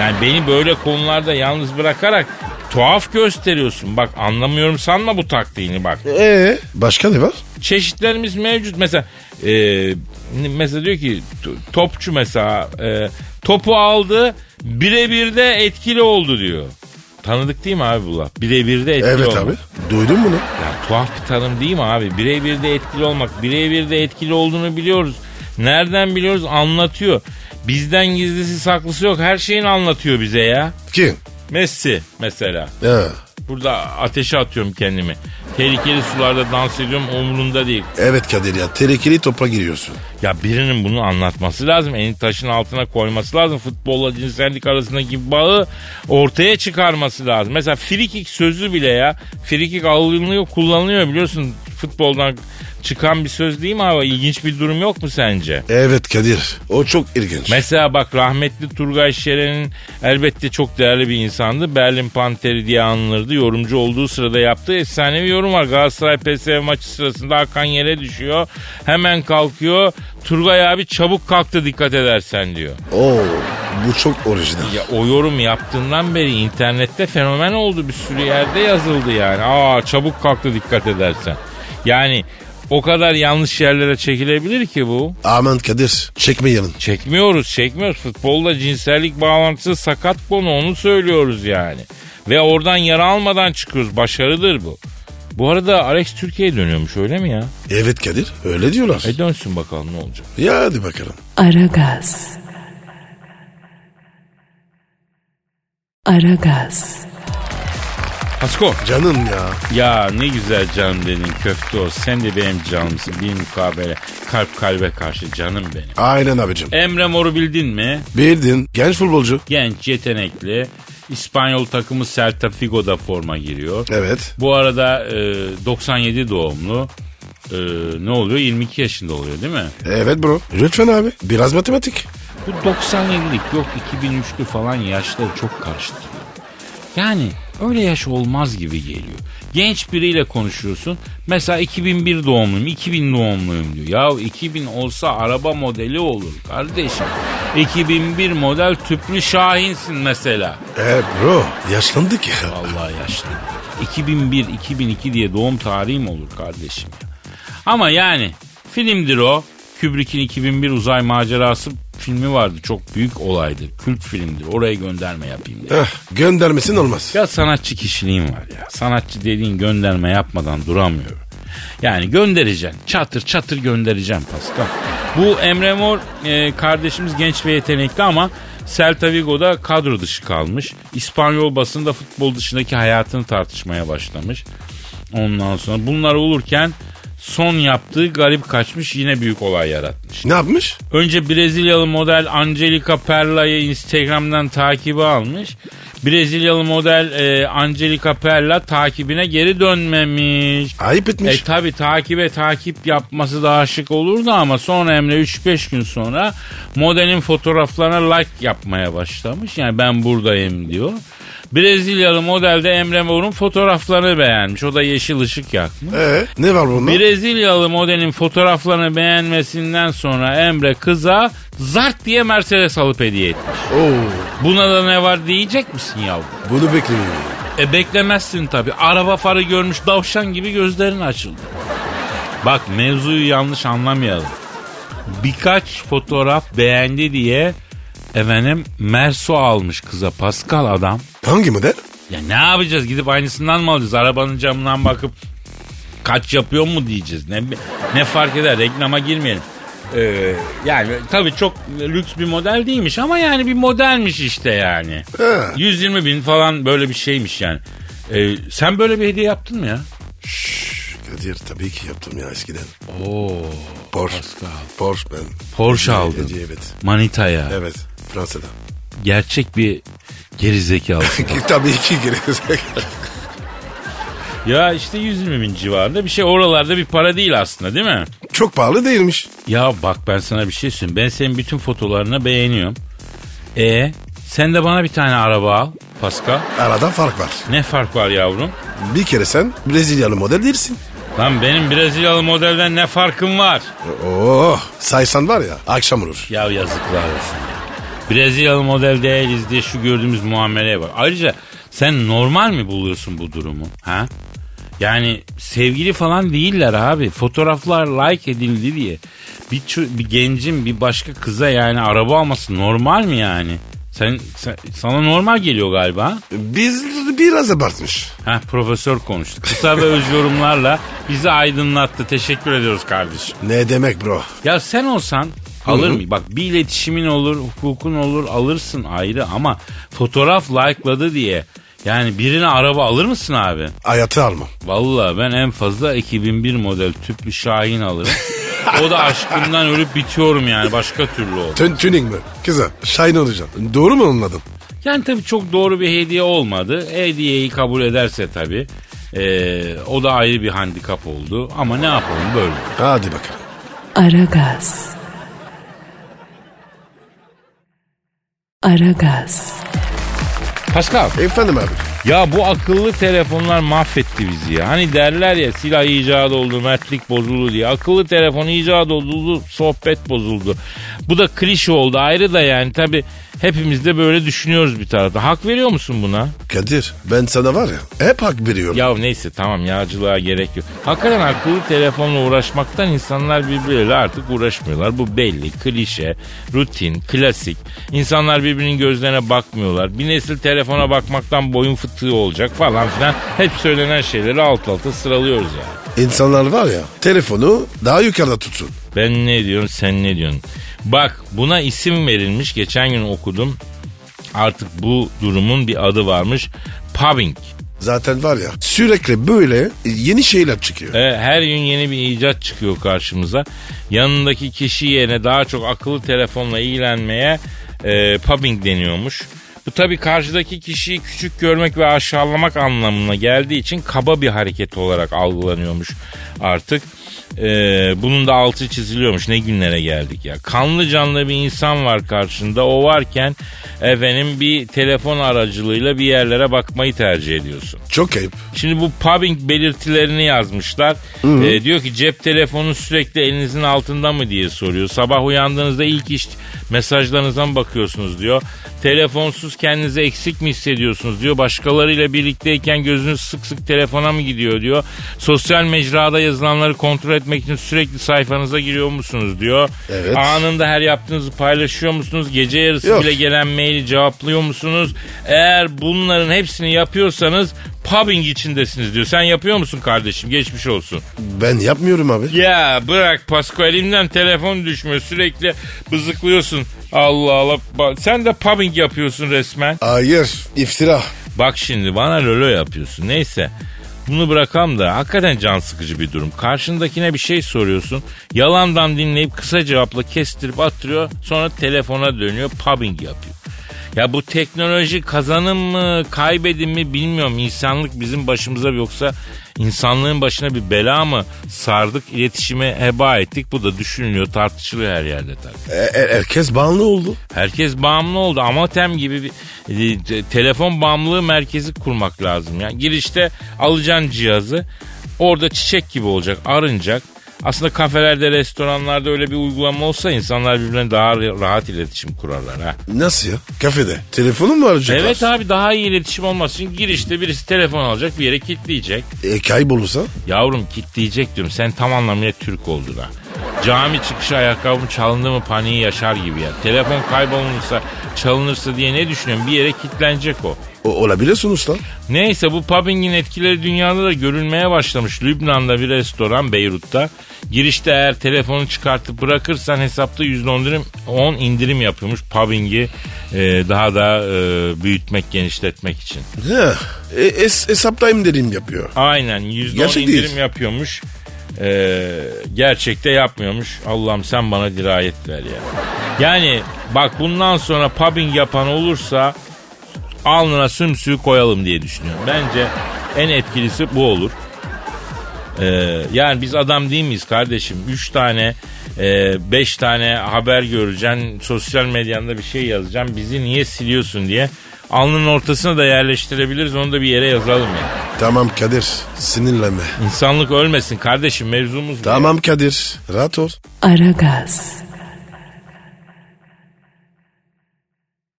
Speaker 2: Yani beni böyle konularda yalnız bırakarak tuhaf gösteriyorsun. Bak anlamıyorum sanma bu taktiğini bak.
Speaker 3: E başka ne var?
Speaker 2: Çeşitlerimiz mevcut. Mesela e, mesela diyor ki t- topçu mesela e, topu aldı birebir de etkili oldu diyor. Tanıdık değil mi abi bu laf? Birebir de etkili
Speaker 3: Evet
Speaker 2: olmak.
Speaker 3: abi. Duydun bunu?
Speaker 2: Ya tuhaf bir tanım değil mi abi? Birebir de etkili olmak. Birebir de etkili olduğunu biliyoruz. Nereden biliyoruz? Anlatıyor. Bizden gizlisi saklısı yok. Her şeyini anlatıyor bize ya.
Speaker 3: Kim?
Speaker 2: Messi mesela.
Speaker 3: Ha,
Speaker 2: Burada ateşe atıyorum kendimi. Tehlikeli sularda dans ediyorum umurunda değil.
Speaker 3: Evet Kadir ya tehlikeli topa giriyorsun.
Speaker 2: Ya birinin bunu anlatması lazım. Elini taşın altına koyması lazım. Futbolla cinsellik arasındaki bağı ortaya çıkarması lazım. Mesela frikik sözü bile ya. Frikik alınıyor kullanılıyor biliyorsun. Futboldan çıkan bir söz değil mi abi? İlginç bir durum yok mu sence?
Speaker 3: Evet Kadir o çok ilginç.
Speaker 2: Mesela bak rahmetli Turgay Şeren'in elbette çok değerli bir insandı. Berlin Panteri diye anılırdı. Yorumcu olduğu sırada yaptığı efsanevi yorum var. Galatasaray PSV maçı sırasında Hakan yere düşüyor. Hemen kalkıyor. Turgay abi çabuk kalktı dikkat edersen diyor.
Speaker 3: Oo, bu çok orijinal.
Speaker 2: Ya o yorum yaptığından beri internette fenomen oldu bir sürü yerde yazıldı yani. Aa çabuk kalktı dikkat edersen. Yani o kadar yanlış yerlere çekilebilir ki bu.
Speaker 3: Aman Kadir çekme yanın.
Speaker 2: Çekmiyoruz çekmiyoruz. Futbolda cinsellik bağlantısı sakat konu onu söylüyoruz yani. Ve oradan yara almadan çıkıyoruz. Başarıdır bu. Bu arada Alex Türkiye'ye dönüyormuş öyle mi ya?
Speaker 3: Evet Kadir öyle diyorlar.
Speaker 2: E dönsün bakalım ne olacak.
Speaker 3: Ya hadi bakalım.
Speaker 1: Aragaz. Aragaz.
Speaker 2: Pasko.
Speaker 3: Canım ya.
Speaker 2: Ya ne güzel canım dedin köfte o. Sen de benim canımsın. Bir mukabele. Kalp kalbe karşı canım benim.
Speaker 3: Aynen abicim.
Speaker 2: Emre Mor'u bildin mi?
Speaker 3: Bildin genç futbolcu.
Speaker 2: Genç, yetenekli. İspanyol takımı Celta Figo'da forma giriyor.
Speaker 3: Evet.
Speaker 2: Bu arada e, 97 doğumlu. E, ne oluyor? 22 yaşında oluyor değil mi?
Speaker 3: Evet bro. Lütfen abi biraz matematik.
Speaker 2: Bu 97'lik yok 2003'lü falan yaşları çok karıştırıyor. Yani öyle yaş olmaz gibi geliyor. Genç biriyle konuşuyorsun. Mesela 2001 doğumluyum, 2000 doğumluyum diyor. Ya 2000 olsa araba modeli olur kardeşim. 2001 model tüplü Şahin'sin mesela.
Speaker 3: E bro yaşlandık ya.
Speaker 2: Vallahi yaşlı. 2001, 2002 diye doğum tarihim olur kardeşim. Ama yani filmdir o. Kubrick'in 2001 uzay macerası filmi vardı. Çok büyük olaydır. Kült filmdir. Oraya gönderme yapayım diye.
Speaker 3: Heh, Eh, göndermesin olmaz.
Speaker 2: Ya sanatçı kişiliğim var ya. Sanatçı dediğin gönderme yapmadan duramıyorum. Yani göndereceğim. Çatır çatır göndereceğim Pascal. Bu Emre Mor e, kardeşimiz genç ve yetenekli ama Celta Vigo'da kadro dışı kalmış. İspanyol basında futbol dışındaki hayatını tartışmaya başlamış. Ondan sonra bunlar olurken son yaptığı garip kaçmış yine büyük olay yaratmış.
Speaker 3: Ne yapmış?
Speaker 2: Önce Brezilyalı model Angelica Perla'yı Instagram'dan takibi almış. Brezilyalı model e, Angelica Perla takibine geri dönmemiş.
Speaker 3: Ayıp etmiş.
Speaker 2: E tabi takibe takip yapması daha şık olurdu ama sonra Emre 3-5 gün sonra modelin fotoğraflarına like yapmaya başlamış. Yani ben buradayım diyor. Brezilyalı modelde Emre Mor'un fotoğraflarını beğenmiş. O da yeşil ışık yakmış.
Speaker 3: Ee, ne var bunda?
Speaker 2: Brezilyalı modelin fotoğraflarını beğenmesinden sonra Emre kıza zart diye Mercedes alıp hediye etmiş.
Speaker 3: Oo,
Speaker 2: Buna da ne var diyecek misin yavrum?
Speaker 3: bunu beklemiyorum.
Speaker 2: E beklemezsin tabi. Araba farı görmüş davşan gibi gözlerin açıldı. Bak mevzuyu yanlış anlamayalım. Birkaç fotoğraf beğendi diye efendim Merso almış kıza Pascal adam.
Speaker 3: Hangi model?
Speaker 2: Ya ne yapacağız gidip aynısından mı alacağız? Arabanın camından bakıp kaç yapıyor mu diyeceğiz. Ne, ne fark eder reklama girmeyelim. Ee, yani tabii çok lüks bir model değilmiş ama yani bir modelmiş işte yani.
Speaker 3: He.
Speaker 2: 120 bin falan böyle bir şeymiş yani. Ee, sen böyle bir hediye yaptın mı ya?
Speaker 3: Şşş, Kadir tabii ki yaptım ya eskiden.
Speaker 2: Oo,
Speaker 3: Porsche. Porsche ben.
Speaker 2: Porsche aldın.
Speaker 3: Hediye, evet.
Speaker 2: Manitaya.
Speaker 3: Evet. Fransa'da.
Speaker 2: Gerçek bir gerizekalı.
Speaker 3: tabii ki girecek.
Speaker 2: ya işte 120 bin civarında bir şey oralarda bir para değil aslında değil mi?
Speaker 3: Çok pahalı değilmiş.
Speaker 2: Ya bak ben sana bir şey söyleyeyim. Ben senin bütün fotolarını beğeniyorum. E sen de bana bir tane araba al Pascal.
Speaker 3: Arada fark var.
Speaker 2: Ne fark var yavrum?
Speaker 3: Bir kere sen Brezilyalı model değilsin.
Speaker 2: Lan benim Brezilyalı modelden ne farkım var?
Speaker 3: Oo, oh, saysan var ya akşam olur.
Speaker 2: Ya yazıklar olsun. ya. Brezilyalı model değiliz diye şu gördüğümüz muameleye bak. Ayrıca sen normal mi buluyorsun bu durumu? Ha? Yani sevgili falan değiller abi. Fotoğraflar like edildi diye. Bir, çö- bir gencin bir başka kıza yani araba alması normal mi yani? Sen, sen- sana normal geliyor galiba. ha?
Speaker 3: Biz biraz abartmış.
Speaker 2: Ha profesör konuştu. Kısa ve öz yorumlarla bizi aydınlattı. Teşekkür ediyoruz kardeşim.
Speaker 3: Ne demek bro?
Speaker 2: Ya sen olsan alır mı? Bak bir iletişimin olur, hukukun olur, alırsın ayrı ama fotoğraf like'ladı diye yani birine araba alır mısın abi?
Speaker 3: Hayatı almam.
Speaker 2: Vallahi ben en fazla 2001 model tüplü Şahin alırım. o da aşkımdan ölüp bitiyorum yani başka türlü o.
Speaker 3: Tün tuning mi? Kızım şahin olacaksın. Doğru mu anladın?
Speaker 2: Yani tabii çok doğru bir hediye olmadı. Hediyeyi kabul ederse tabii ee, o da ayrı bir handikap oldu. Ama ne yapalım böyle.
Speaker 3: Hadi bakalım.
Speaker 1: Aragaz. Aragaz.
Speaker 2: Pascal.
Speaker 3: Efendim abi.
Speaker 2: Ya bu akıllı telefonlar mahvetti bizi ya. Hani derler ya silah icat oldu, mertlik bozuldu diye. Akıllı telefon icat oldu, sohbet bozuldu. Bu da klişe oldu ayrı da yani tabi hepimiz de böyle düşünüyoruz bir tarafta. Hak veriyor musun buna?
Speaker 3: Kadir ben sana var ya hep hak veriyorum.
Speaker 2: Ya neyse tamam yağcılığa gerek yok. Hakikaten akıllı telefonla uğraşmaktan insanlar birbirleriyle artık uğraşmıyorlar. Bu belli, klişe, rutin, klasik. İnsanlar birbirinin gözlerine bakmıyorlar. Bir nesil telefona bakmaktan boyun fıtığı olacak falan filan. Hep söylenen şeyleri alt alta sıralıyoruz yani.
Speaker 3: İnsanlar var ya telefonu daha yukarıda tutsun.
Speaker 2: Ben ne diyorum sen ne diyorsun? Bak buna isim verilmiş. Geçen gün okudum. Artık bu durumun bir adı varmış. Pubbing.
Speaker 3: Zaten var ya sürekli böyle yeni şeyler çıkıyor.
Speaker 2: E, her gün yeni bir icat çıkıyor karşımıza. Yanındaki kişi yerine daha çok akıllı telefonla ilgilenmeye e, pubbing deniyormuş. Bu tabii karşıdaki kişiyi küçük görmek ve aşağılamak anlamına geldiği için kaba bir hareket olarak algılanıyormuş artık. E, bunun da altı çiziliyormuş. Ne günlere geldik ya. Kanlı canlı bir insan var karşında. O varken efendim bir telefon aracılığıyla bir yerlere bakmayı tercih ediyorsun.
Speaker 3: Çok ayıp.
Speaker 2: Şimdi bu pubbing belirtilerini yazmışlar. Ee, diyor ki cep telefonu sürekli elinizin altında mı diye soruyor. Sabah uyandığınızda ilk iş mesajlarınıza mı bakıyorsunuz diyor. Telefonsuz kendinizi eksik mi hissediyorsunuz diyor. Başkalarıyla birlikteyken gözünüz sık sık telefona mı gidiyor diyor. Sosyal mecrada yazılanları kontrol etmek için sürekli sayfanıza giriyor musunuz diyor.
Speaker 3: Evet.
Speaker 2: Anında her yaptığınızı paylaşıyor musunuz? Gece yarısı
Speaker 3: Yok.
Speaker 2: bile gelen maili cevaplıyor musunuz? Eğer bunların hepsini yapıyorsanız pubbing içindesiniz diyor. Sen yapıyor musun kardeşim? Geçmiş olsun.
Speaker 3: Ben yapmıyorum abi.
Speaker 2: Ya bırak Pasko elimden telefon düşmüyor. Sürekli bızıklıyorsun. Allah Allah. Ba- Sen de pubbing yapıyorsun resmen.
Speaker 3: Hayır iftira.
Speaker 2: Bak şimdi bana lolo yapıyorsun. Neyse. Bunu bırakalım da hakikaten can sıkıcı bir durum. Karşındakine bir şey soruyorsun. Yalandan dinleyip kısa cevapla kestirip attırıyor. Sonra telefona dönüyor pubbing yapıyor. Ya bu teknoloji kazanım mı kaybedim mi bilmiyorum. İnsanlık bizim başımıza yoksa insanlığın başına bir bela mı sardık iletişime heba ettik. Bu da düşünülüyor tartışılıyor her yerde tabii.
Speaker 3: E- e- herkes bağımlı oldu.
Speaker 2: Herkes bağımlı oldu. Amatem gibi bir e, te- telefon bağımlılığı merkezi kurmak lazım ya. Girişte alacaksın cihazı. Orada çiçek gibi olacak, arınacak. Aslında kafelerde, restoranlarda öyle bir uygulama olsa insanlar birbirine daha ra- rahat iletişim kurarlar ha.
Speaker 3: Nasıl ya? Kafede. Telefonun mu arayacaklar?
Speaker 2: Evet abi daha iyi iletişim olması için girişte birisi telefon alacak bir yere kilitleyecek.
Speaker 3: E, kaybolursa?
Speaker 2: Yavrum kilitleyecek diyorum. Sen tam anlamıyla Türk oldun ha. Cami çıkışı ayakkabım çalındı mı paniği yaşar gibi ya. Telefon kaybolursa çalınırsa diye ne düşünüyorum? Bir yere kilitlenecek o.
Speaker 3: O, olabilir sonuçta.
Speaker 2: Neyse bu pubbingin etkileri dünyada da görülmeye başlamış. Lübnan'da bir restoran Beyrut'ta. Girişte eğer telefonu çıkartıp bırakırsan hesapta %10 indirim, 10 indirim yapıyormuş pubbingi e, daha da e, büyütmek, genişletmek için.
Speaker 3: He. E, es, hesap time dediğim yapıyor.
Speaker 2: Aynen yüzde on
Speaker 3: Gerçek
Speaker 2: indirim
Speaker 3: değil.
Speaker 2: yapıyormuş. Ee, gerçekte yapmıyormuş. Allah'ım sen bana dirayet ver ya. Yani bak bundan sonra pubbing yapan olursa alnına sümsüğü koyalım diye düşünüyorum. Bence en etkilisi bu olur. Ee, yani biz adam değil miyiz kardeşim? Üç tane, e, beş tane haber göreceksin. Sosyal medyanda bir şey yazacaksın. Bizi niye siliyorsun diye. Alnının ortasına da yerleştirebiliriz. Onu da bir yere yazalım yani.
Speaker 3: Tamam Kadir. Sinirlenme.
Speaker 2: İnsanlık ölmesin kardeşim mevzumuz bu.
Speaker 3: Tamam Kadir. Rahat ol.
Speaker 1: Aragaz.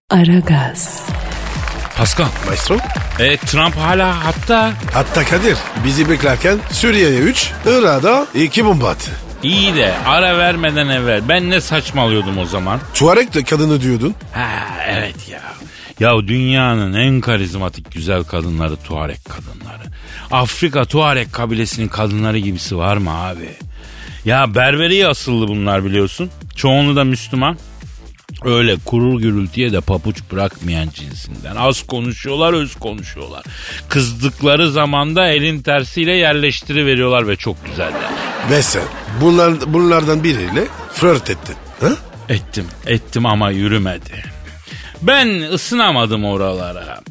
Speaker 1: Aragaz.
Speaker 2: Pascal.
Speaker 3: Maestro.
Speaker 2: E, Trump hala hatta
Speaker 3: Hatta Kadir bizi beklerken Suriye'ye 3, Irak'a 2 bomba attı.
Speaker 2: iyi de ara vermeden evvel ben ne saçmalıyordum o zaman.
Speaker 3: Tuareg de kadını diyordun.
Speaker 2: Ha evet ya. Ya dünyanın en karizmatik güzel kadınları Tuareg kadınları. Afrika Tuareg kabilesinin kadınları gibisi var mı abi? Ya berberi asıllı bunlar biliyorsun. Çoğunluğu da Müslüman. Öyle kurul gürültüye de papuç bırakmayan cinsinden. Az konuşuyorlar, öz konuşuyorlar. Kızdıkları zamanda elin tersiyle yerleştiriveriyorlar ve çok güzeller.
Speaker 3: Ve sen bunlar, bunlardan biriyle flört ettin. Ha?
Speaker 2: Ettim, ettim ama yürümedi. Ben ısınamadım oralara.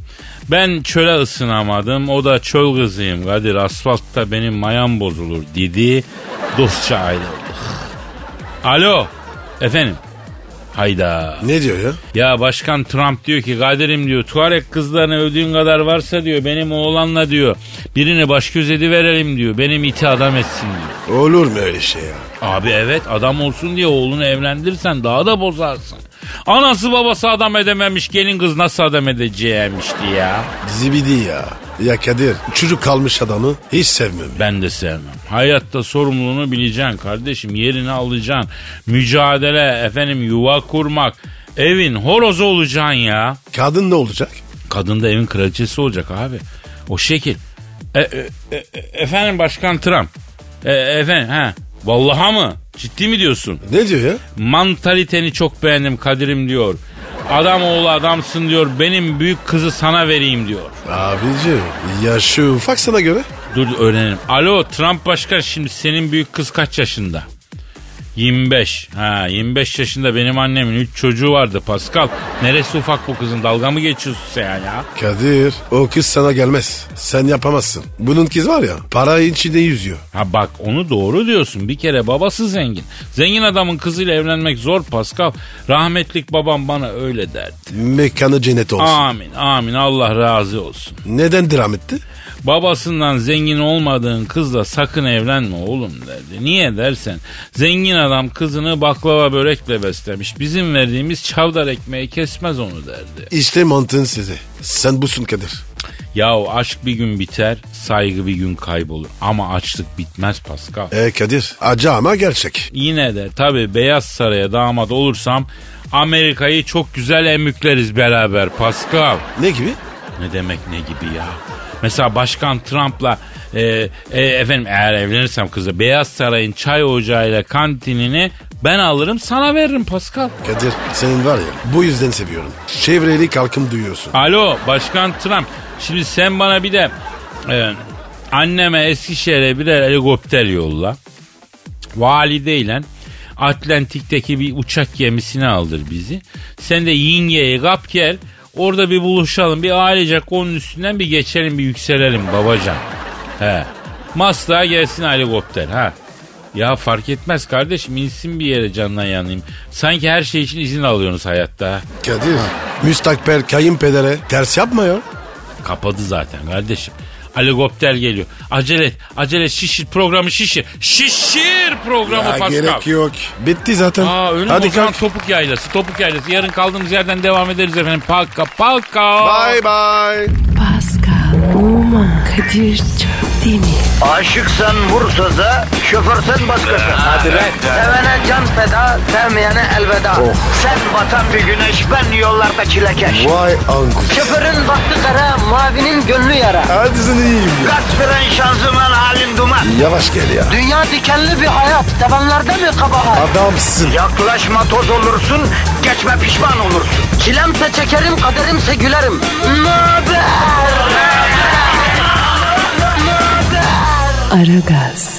Speaker 2: Ben çöle ısınamadım. O da çöl kızıyım Kadir. Asfaltta benim mayam bozulur dedi. Dostça ayrıldık. Alo. Efendim. Hayda.
Speaker 3: Ne diyor ya?
Speaker 2: Ya başkan Trump diyor ki Kadir'im diyor Tuareg kızlarını övdüğün kadar varsa diyor benim oğlanla diyor birini baş göz verelim diyor. Benim iti adam etsin diyor.
Speaker 3: Olur mu öyle şey ya?
Speaker 2: Abi evet adam olsun diye oğlunu evlendirirsen daha da bozarsın. Anası babası adam edememiş gelin kız nasıl adam edeceğimişti ya.
Speaker 3: Zibidi ya. Ya Kadir çocuk kalmış adamı hiç sevmem.
Speaker 2: Ben de sevmem. Hayatta sorumluluğunu bileceksin kardeşim. Yerini alacaksın. Mücadele efendim yuva kurmak. Evin horozu olacaksın ya.
Speaker 3: Kadın ne olacak?
Speaker 2: Kadın da evin kraliçesi olacak abi. O şekil. E, e, e, efendim Başkan Trump. E, efendim ha. Vallaha mı? Ciddi mi diyorsun?
Speaker 3: Ne diyor ya?
Speaker 2: Mantaliteni çok beğendim Kadir'im diyor. Adam oğlu adamsın diyor. Benim büyük kızı sana vereyim diyor.
Speaker 3: Abici yaşı ufak sana göre.
Speaker 2: Dur dur, öğrenelim. Alo Trump başkan şimdi senin büyük kız kaç yaşında? 25. Ha 25 yaşında benim annemin 3 çocuğu vardı Pascal. Neresi ufak bu kızın? Dalga mı geçiyorsun sen ya?
Speaker 3: Kadir o kız sana gelmez. Sen yapamazsın. Bunun kız var ya para içinde yüzüyor.
Speaker 2: Ha bak onu doğru diyorsun. Bir kere babası zengin. Zengin adamın kızıyla evlenmek zor Pascal. Rahmetlik babam bana öyle derdi.
Speaker 3: Mekanı cennet olsun.
Speaker 2: Amin amin Allah razı olsun.
Speaker 3: Neden dram etti?
Speaker 2: Babasından zengin olmadığın kızla sakın evlenme oğlum derdi. Niye dersen zengin adam kızını baklava börekle beslemiş. Bizim verdiğimiz çavdar ekmeği kesmez onu derdi.
Speaker 3: İşte mantığın sizi. Sen busun Kadir.
Speaker 2: Yahu aşk bir gün biter, saygı bir gün kaybolur. Ama açlık bitmez Pascal.
Speaker 3: E Kadir acı ama gerçek.
Speaker 2: Yine de tabi Beyaz Saray'a damat olursam Amerika'yı çok güzel emükleriz beraber Pascal.
Speaker 3: Ne gibi?
Speaker 2: Ne demek ne gibi ya? Mesela Başkan Trump'la e, e, efendim eğer evlenirsem kızı Beyaz Saray'ın çay ocağıyla kantinini ben alırım sana veririm Pascal.
Speaker 3: Kadir senin var ya bu yüzden seviyorum. Çevreli kalkım duyuyorsun.
Speaker 2: Alo Başkan Trump şimdi sen bana bir de e, Anneme Eskişehir'e birer helikopter yolla. Valideyle Atlantik'teki bir uçak gemisine aldır bizi. Sen de yingeye kap gel. Orada bir buluşalım. Bir ailecek onun üstünden bir geçelim bir yükselelim babacan. He. Maslak'a gelsin helikopter ha. Ya fark etmez kardeşim insin bir yere candan yanayım. Sanki her şey için izin alıyorsunuz hayatta. ha.
Speaker 3: Kadir. Müstakbel kayınpedere ters yapma ya.
Speaker 2: Kapadı zaten kardeşim. Helikopter geliyor. Acele et, acele et, şişir programı şişir. Şişir programı
Speaker 3: Ya
Speaker 2: Pascal.
Speaker 3: gerek yok. Bitti zaten.
Speaker 2: Aa, önüm
Speaker 3: Hadi
Speaker 2: o zaman
Speaker 3: kalk.
Speaker 2: topuk yaylası, topuk yaylası. Yarın kaldığımız yerden devam ederiz efendim. Palka, palka.
Speaker 3: Bye bye.
Speaker 1: Pascal, Oman, Kadir çok değil mi?
Speaker 5: Aşıksan vursa da, şoförsen başkasın. Hadi Sevene can feda, sevmeyene elveda. Sen batan bir güneş, ben yollarda çilekeş.
Speaker 3: Vay anku.
Speaker 5: Şoförün baktı kara, mavinin gönlü yara.
Speaker 3: Hadi sen iyiyim ya.
Speaker 5: Kasperen şanzıman halin duman.
Speaker 3: Yavaş gel ya.
Speaker 5: Dünya dikenli bir hayat, sevenlerde mi kabahar?
Speaker 3: Adamsın.
Speaker 5: Yaklaşma toz olursun, geçme pişman olursun. Çilemse çekerim, kaderimse gülerim. Möber!
Speaker 1: Aragaz.